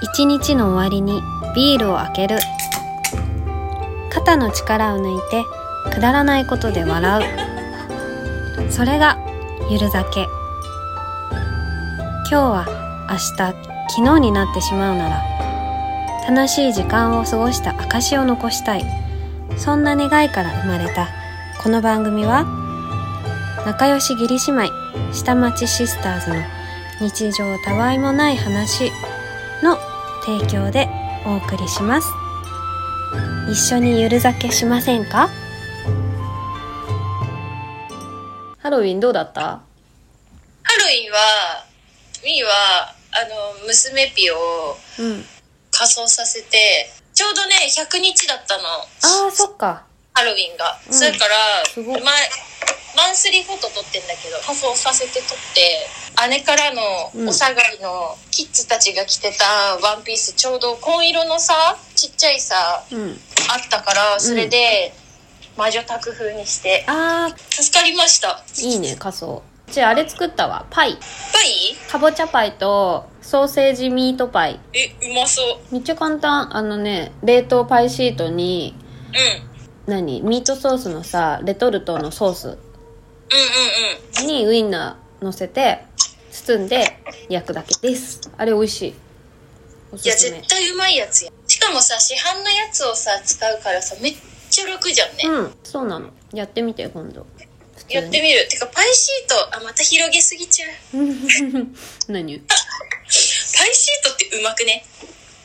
一日の終わりにビールを開ける肩の力を抜いてくだらないことで笑うそれがゆる酒今日は明日昨日になってしまうなら楽しい時間を過ごした証を残したいそんな願いから生まれたこの番組は仲良し義理姉妹下町シスターズの日常たわいもない話の提供でお送りします一緒にゆる酒しませんかハロウィンどうだったハロウィンは、ミーは、あの、娘ピをうん仮装させて、ちょうどね、100日だったの、ああそっかハロウィンが。うんそれから、すごい前、マンスリーフォト撮ってんだけど、仮装させて撮って、姉からうんのお下がりのキッズたちが着てたワンピース、ちょうど紺色のさ、ちっちゃいさ、うんあったから、それで、魔女宅風にして、ああ助かりました。いいね仮装うちあれ作ったわパイパイかぼちゃパイとソーセージミートパイえ、うまそう。めっちゃ簡単あのね冷凍パイシートにうん。うん何ミートソースのさレトルトのソースうんうん。にウインナー乗せて包んで焼くだけですあれ美味しいおいすやすめ絶対うまいやつやしかもさ市販のやつをさ使うからさめっちゃ楽じゃんね、うんそうなのやってみて今度普通にやってみるてかパイシートあまた広げすぎちゃう 何パイシートってうまくね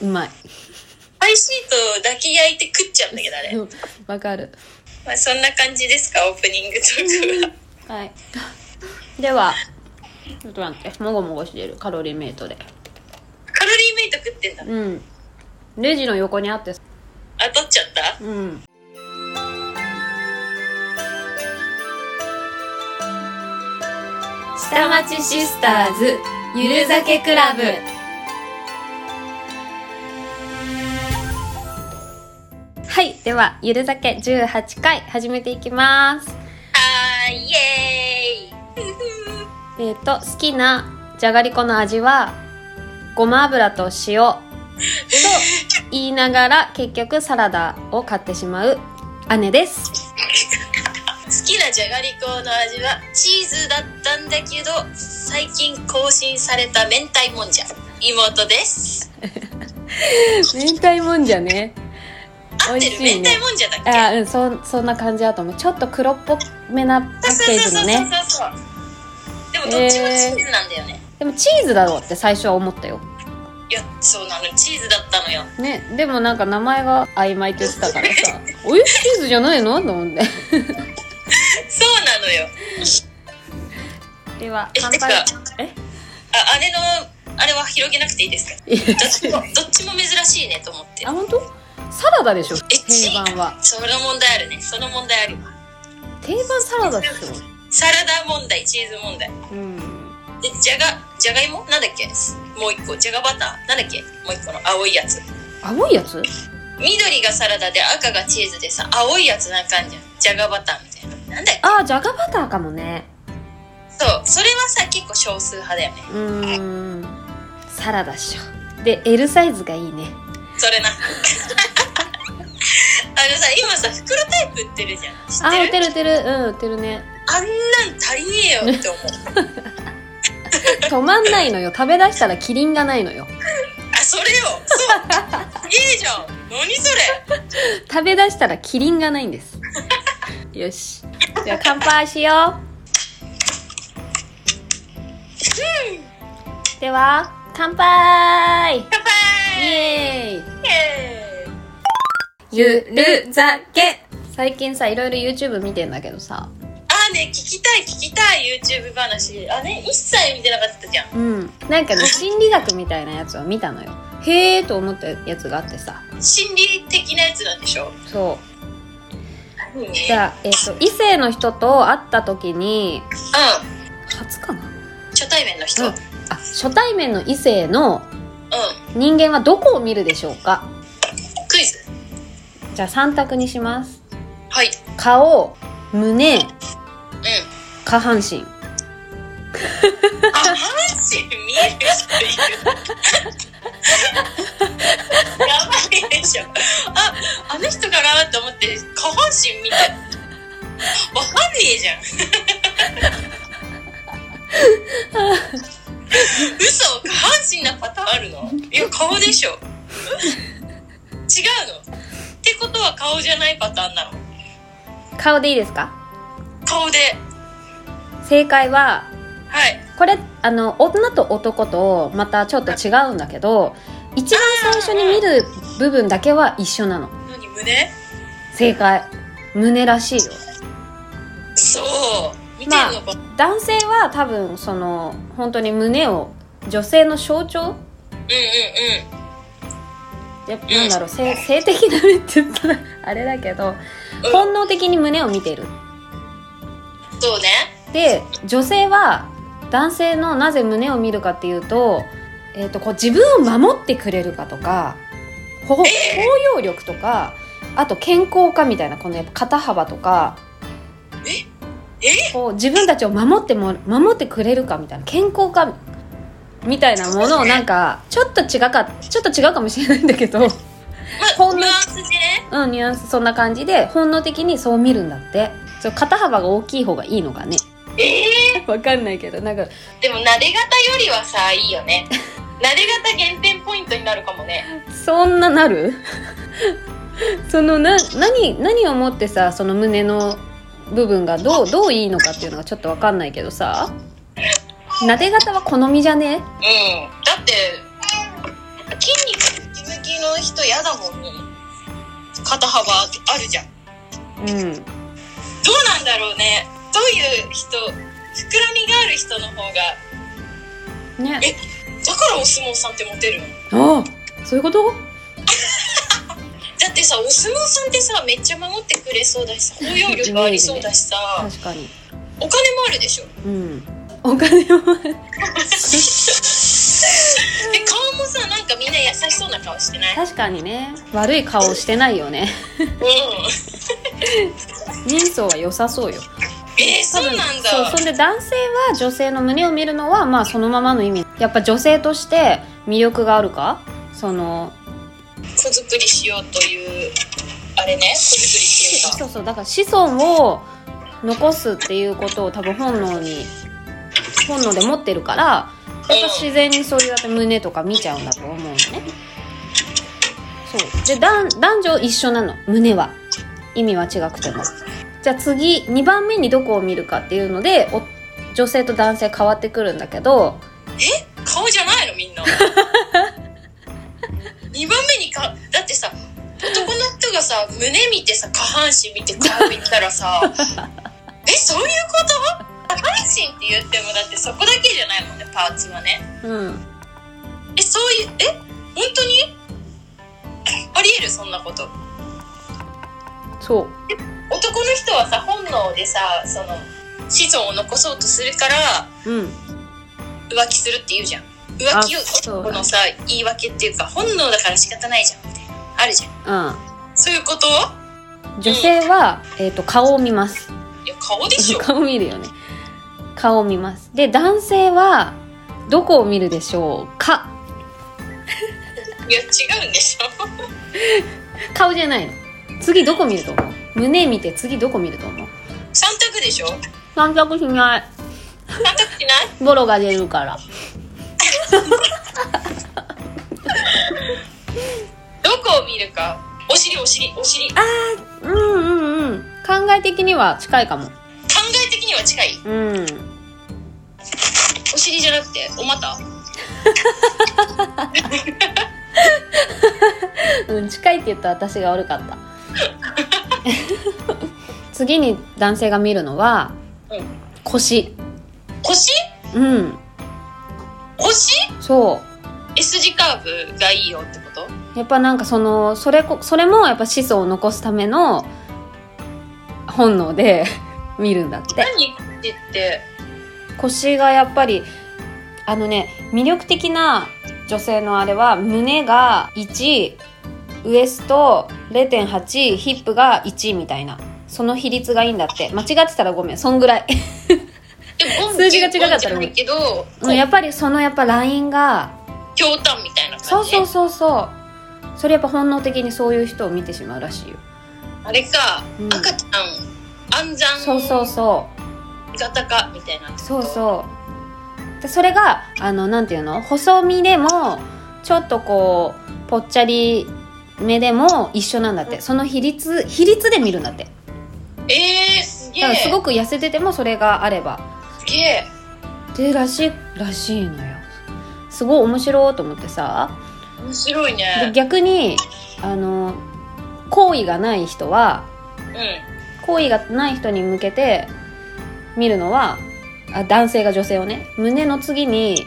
うまい パイシートだけ焼いて食っちゃうんだけどあれ、うんわかるまあ、そんな感じですかオープニングトークははいではちょっと待ってもごもごしてるカロリーメイトでカロリーメイト食ってんだうんレジの横にあってあ取っちゃったうん下町シスターズゆる酒クラブはいではゆる酒18回始めていきますはーいイエーイふふえっ、と好きなじゃがりこの味はごま油と塩 と言いながら結局サラダを買ってしまう姉です好きなじゃがりこの味はチーズだったんだけど最近更新された明太もんじゃ妹です明太もんじゃね合ってる美味しい明ね太もんじゃだっけあうんそそんな感じだと思うちょっと黒っぽめなパッケージのねそうそうそうそうそうでもどっちもチーズなんだよね、でもチーズだろうって最初は思ったよいやそうなのチーズだったのよねでもなんか名前が曖昧って言ってたから さ「おいチーズじゃないの?」と思ってそうなのよではえ乾てか杯えあ姉のあれは広げなくていいですかいやどっちもどっちも珍しいねと思ってあ本当サラダでしょえ定番はその問題あるねその問題あるわ定番サラダでしょサラダ問題チーズ問題うんでじゃがじゃがいもなんだっけもう一個じゃがバターなんだっけもう一個の青いやつ青いやつ緑がサラダで赤がチーズでさ青いやつなんかあんじゃんじゃがバターみたいななんだっけあじゃがバターかもねそうそれはさ結構少数派だよねうーんサラダっしょで L サイズがいいねそれな あのさ今さ袋タイプ売ってるじゃん知あ売っってるてる売ってるうん売ってるねあんなん足りねえよって思止うまんないのよ食べ出したらキリンがないのよあそれよ そういいじゃん何それ食べ出したらキリンがないんです よしじゃあ乾杯しようでは乾杯イ乾杯エーイえーゆる酒最近さいろいろ YouTube 見てんだけどさあーね聞きたい聞きたい YouTube 話あね一切見てなかったじゃんうんなんかね心理学みたいなやつを見たのよへえと思ったやつがあってさ心理的なやつなんでしょそううんうんじゃあ、えっと異性の人と会った時に初かな初対面の人ううんんあ初対面の異性の人間はどこを見るでしょうかクイズじゃあ3択にしますはい顔胸うん下半身あ、マジ見える人いる。嘘下半身なパターンあるのいや顔でしょ違うのってことは顔じゃないパターンなの顔でいいですか顔で正解ははいこれあの女と男とまたちょっと違うんだけど一番最初に見る部分だけは一緒なの何胸正解胸らしいよそう見てるのか、男性は多分その本当に胸を女性の象徴うんうんやなんだろう性性的な目って言ったらあれだけどうん本能的に胸を見てるうんそうねで女性は男性のなぜ胸を見るかっていうと,、えー、とこう自分を守ってくれるかとかほ包容力とかあと健康かみたいなこのやっぱ肩幅とかえこう自分たちを守っても守ってくれるかみたいな健康かみたいなものをなんかちょっと違かちょっと違うかもしれないんだけど、まほんのニュアンスねうん、ニュアンスそんな感じで本能的にそう見るんだってそう肩幅が大きい方がいいのかねえーわかんないけどなんかでも慣れ方よりはさいいよね慣れ方減点ポイントになるかもねそんななる そのな何何をもってさその胸の部分がどうどういいのかっていうのがちょっとわかんないけどさ撫で方は好みじゃねうんだって筋肉ムキムキの人嫌だもんね肩幅あるじゃんどうんうなんだろうねどういう人膨らみがある人の方がねえだからお相撲さんってモテるのああそういうことだってさお相撲さんってさめっちゃ守ってくれそうだしさ包容力ありそうだしさ確かにお金もあるでしょうんお金は で顔もさなんかみんな優しそうな顔してない確かにね悪い顔してないよねうん人相は良さそうよえー、そ多う分なんだ。そうそんで男性は女性の胸を見るのはまあそのままの意味やっぱ女性として魅力があるかその子作りしようという、あれね、子作りしようか。そうそうだから子孫を残すっていうことを多分本能に本能で持ってるからやっぱ自然にそういうだって胸とか見ちゃうんだと思うのねそうで男男女一緒なの胸は意味は違くてもじゃあ次2番目にどこを見るかっていうのでお女性と男性変わってくるんだけど顔じゃないの、み んな。2番目にか、だってさ、男の人がさ、胸見てさ、下半身見て顔見たら さ、え、そういうこと下半身って言っても、だってそこだけじゃないもんね、パーツはね。うんえ、そういう、え、本当にありえる、そんなこと。そう男の人はさ、本能でさ、その、子孫を残そうとするから、うん浮気するって言うじゃん浮気あそうをこのさ言い訳っていうか本能だから仕方ないじゃんみたいなあるじゃんうんそういうこと女性は、えー、と顔を見ますいや顔でしょ顔見るよね顔を見ますで男性はどこを見るでしょうかいや違うんでしょ 顔じゃないの次どこ見ると思う胸見て次どこ見ると思う三択でしょ三三脚しない択ってないボロが出るからどこを見るかお尻お尻お尻考うんうんうん考え的には近いかもえ的には近いうんお尻じゃなくてお股うん近いって言った私が悪かった 次に男性が見るのはうん腰腰うん腰そう S 字カーブがいいよってことやっぱなんかそのそれこそれもやっぱ子孫を残すための本能で 見るんだって何って言って腰がやっぱりあのね魅力的な女性のあれは胸が1ウエスト0.8ヒップが1みたいなその比率がいいんだって間違ってたらごめんそんぐらいでも数字が違かったらゴンじゃないけどこ ううんやっぱりそのやっぱラインがひょうたんみたいなそ感うじそうそうそうそれやっぱ本能的にそういう人を見てしまうらしいよあれか、うん赤ちゃん安産そうそうそう型かみたいなそううそうでそれがあのなんていうの細身でもちょっとこうぽっちゃり目でも一緒なんだってその比率比率で見るんだってえー、すげだかえらすごく痩せててもそれがあればすげえでらしいらしいのよすごい面白いと思ってさ面白いでね逆にあの好意がない人はうん好意がない人に向けて見るのはあ男性が女性をね胸の次に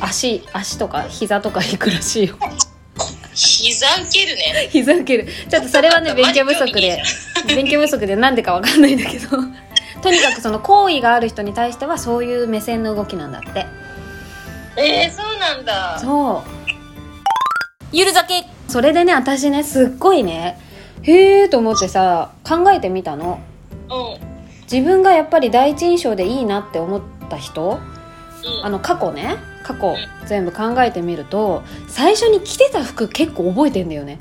う足足とか膝とかいくらしいよ 膝受けるね膝受けるちょっとそれはね勉強不足で 勉強不足でなんでかわかんないんだけど とにかくその好意がある人に対してはそういう目線の動きなんだってえー、そうなんだそうゆる酒それでね私ねすっごいねへえと思ってさ考えてみたのうんうん自分がやっぱり第一印象でいいなって思った人あの過去ね過去全部考えてみると最初に着てた服結構覚えてんだよね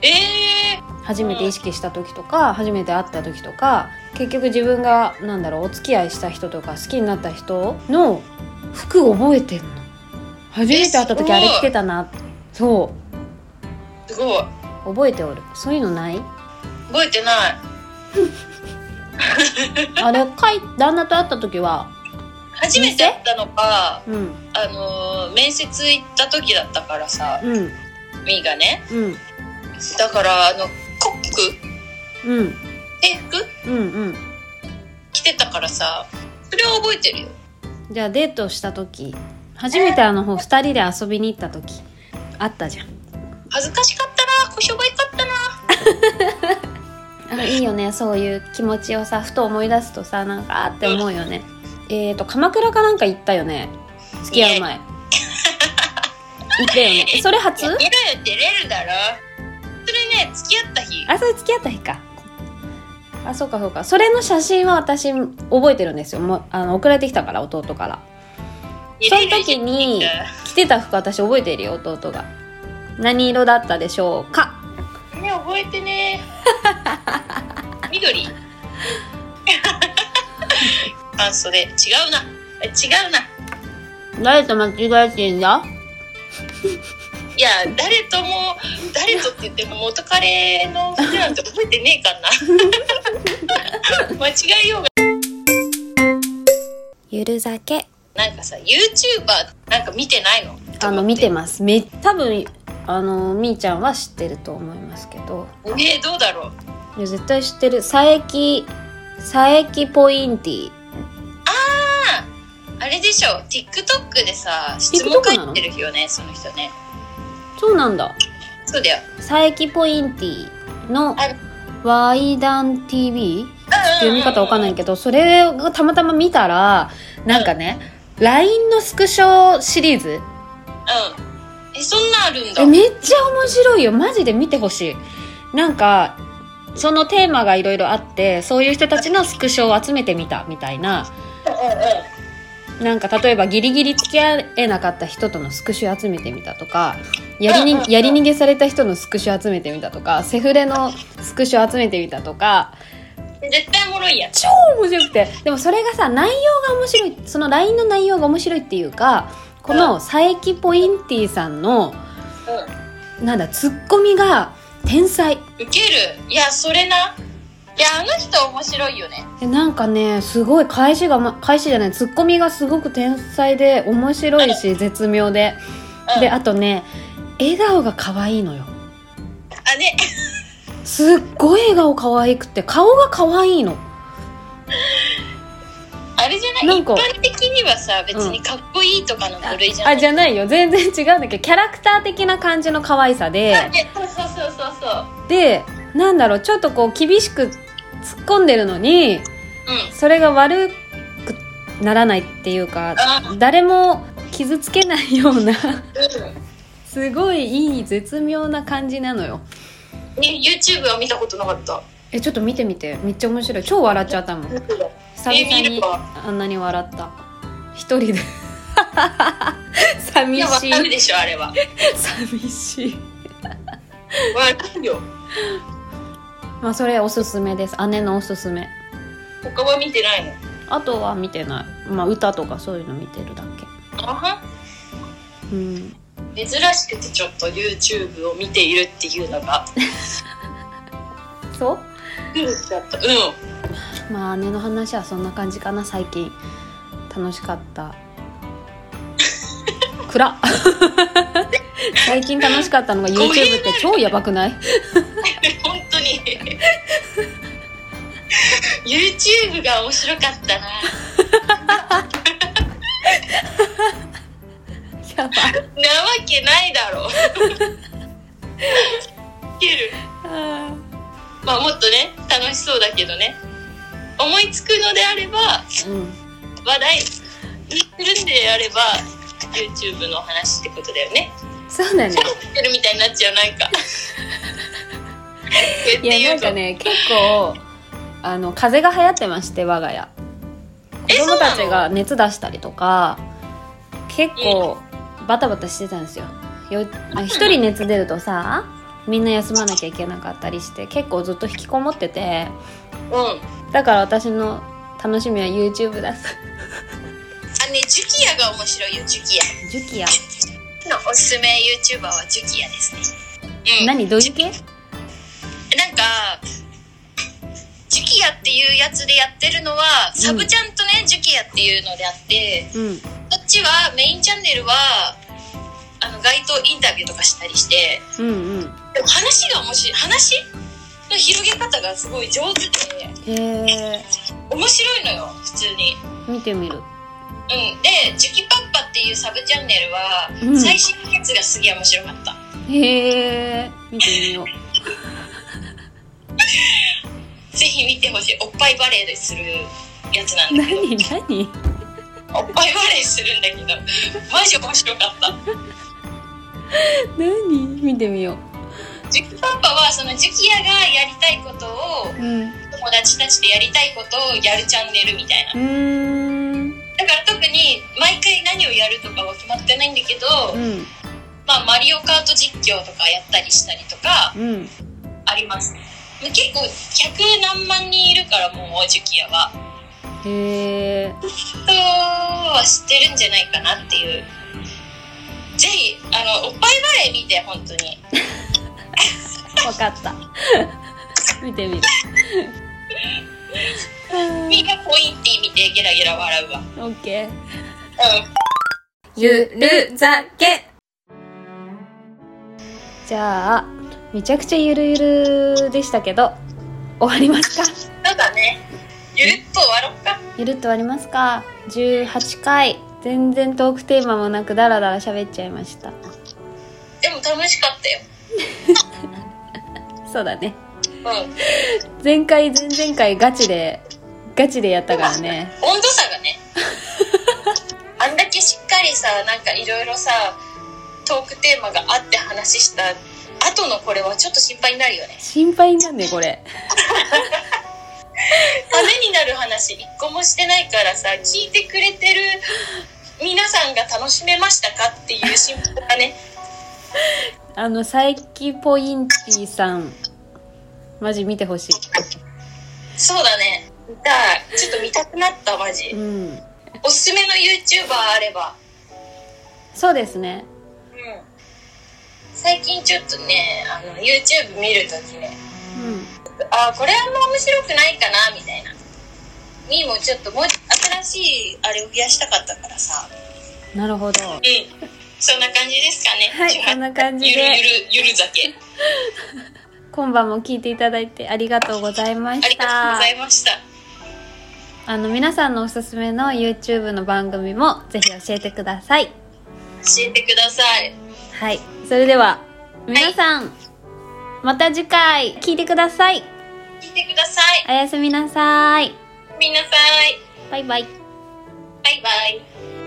えー、初めて意識した時とか初めて会った時とか結局自分がなんだろうお付き合いした人とか好きになった人の服覚えてんの初めて会った時えあすごれい着てたなそすごいう覚えておるそういうの ない覚えてないあれかい旦那と会った時は初めて会ったのがうんあのー面接行った時だったからさうんみーがねうんだからあのコックうん制服うんうん着てたからさそれは覚えてるよじゃあデートした時初めてあのほ2人で遊びに行った時あったじゃん恥ずかしかったな小商売かったなあのいいよねそういう気持ちをさふと思い出すとさなんかあーって思うよね、えーと鎌倉かなんか行ったよね付き合う前行ったよねそれ初いやいや出れるだろそれね付き合った日あそれ付き合った日かあそうかそうかそれの写真は私覚えてるんですよもうあの送られてきたから弟からその時に着てた服私覚えてるよ弟が何色だったでしょうかね覚え てね緑 半袖違うな違うな誰と間違えてんだいや誰とも誰とって言っても元カレの服なんて覚えてねえか な間違えようがゆる酒なんかさ YouTuber なんか見てないのあの見てますめ多分あのみーちゃんは知ってると思いますけどねえどうだろういや絶対知ってる佐伯佐伯ポインティあれでしょ TikTok でさ質問 TikTok 書なのいてるよねその人ねそうなんだそうだよ佐伯ポインティのあワイダン TV 読み方わかんないいけどそれをたまたま見たらなんかね LINE のスクショシリーズうんえそんなあるんだえめっちゃ面白いよマジで見てほしいなんかそのテーマがいろいろあってそういう人たちのスクショを集めてみたみたいななんか例えばギリギリ付き合えなかった人とのスクショ集めてみたとかやりうんうんうんにやり逃げされた人のスクショ集めてみたとかセフレのスクショ集めてみたとか絶対おもろいやん超面白くてでもそれがさ内容が面白いその LINE の内容が面白いっていうかこの佐伯ポインティさんのなんだツッコミが天才うんウケるいやそれないやあの人面白いよねえなんかねすごい返しが、ま、返しじゃないツッコミがすごく天才で面白いし絶妙でうんであとね笑顔が可愛いのよあねすっごい笑顔可愛くて顔が可愛いのあれじゃないなん一か般的にはさ別にかっこいいとかの部類じゃなあい、じゃないよ全然違うんだけどキャラクター的な感じの可愛さであねそうそうそうそうそうでなんだろうちょっとこう厳しく突っ込んでるのにうんそれが悪くならないっていうかあ誰も傷つけないようなうんすごいいい絶妙な感じなのよね YouTube は見たことなかったえちょっと見てみてめっちゃ面白い超笑っちゃったもん久々見にるわあんなに笑った一人で い寂やわしいかるでしょあれは寂しいわかるよまあそれおすすめです姉のおすすめ他は見てないのあとは見てないまあ歌とかそういうの見てるだけなうん、珍しくてちょっと YouTube を見ているっていうのがそうちょっとうんまあ姉の話はそんな感じかな最近楽しかった 暗っ最近楽しかったのが YouTube って超やばくない本当に YouTube が面白かったなやばなわけないだろういけるあまあもっとね楽しそうだけどね思いつくのであればーうん話題にするんであれば YouTube の話ってことだよねそうだね言ってるみたいになっちゃうなんかいやなんかね結構あの風邪が流行ってまして我が家え子供たそちうなが熱出したりとか結構バタバタしてたんですよよあ一人熱出るとさみんな休まなきゃいけなかったりして結構ずっと引きこもっててうんあねだから私の楽しみは YouTube だジュキヤが面白いよジュキヤジュキやのおすすめ YouTuber はジュキヤですねうん何どういう系なんかジュキヤっていうやつでやってるのはサブちゃんとね、ジュキヤっていうのであってうんこっちはメインチャンネルはあの街頭インタビューとかしたりしてうんうんでも話が面白い話の広げ方がすごい上手へでえ面白いのよ普通に。見てみるうん、で「ジュキパッパ」っていうサブチャンネルは、うん最新のやつがすげえ面白かったへえ見てみ ようぜひ見てほしいおっぱいバレーするやつなんだけど何何おっぱいバレーするんだけどマジ面白かった何見てみよジュキパッパはそのジュキヤがやりたいことをううん友達たちでやりたいことをやるチャンネルみたいなうーんだから特に毎回何をやるとかは決まってないんだけど、うんまあ、マリオカート実況とかやったりしたりとかうんあります結構100何万人いるからもうジュキヤはへえ人は知ってるんじゃないかなっていうぜひあのおっぱいバレー見て本当にわかった 見てみ るみんなポインティ見てゲラゲラ笑うわオッケーうんゆるざけじゃあめちゃくちゃゆるゆるでしたけど終わりますかただねゆるっと終わろっかゆるっと終わりますか18回全然トークテーマもなくダラダラ喋っちゃいましたでも楽しかったよそうだねうん前回前々回ガチでガチでやったからね温度差が ねあんだけしっかりさなんかいろいろさトークテーマがあって話した後のこれはちょっと心配になるよね心配なんねこれためになる話一個もしてないからさ聞いてくれてる皆さんが楽しめましたかっていう心配がねあの佐伯ポインティさんマジ見てほしそうだね見たいちょっと見たくなったマいジうんおすすめの YouTuber あればそうですねうん最近ちょっとねあの YouTube 見るときねうんあーこれあんま面白くないかなみたいなみーもちょっともう新しいあれを増やしたかったからさなるほどうんそんな感じですかねはいこんな感じでゆるゆるゆる酒今晩も聞いていただいてありがとうございまありしがとうたございました。あの皆さんのおすすめの YouTube の番組もぜひ教えてください教えてください。はいそれでは皆さん、また次回聞いてください聞いてください。おやすみなさいみんなさい。バイバイバイバイ。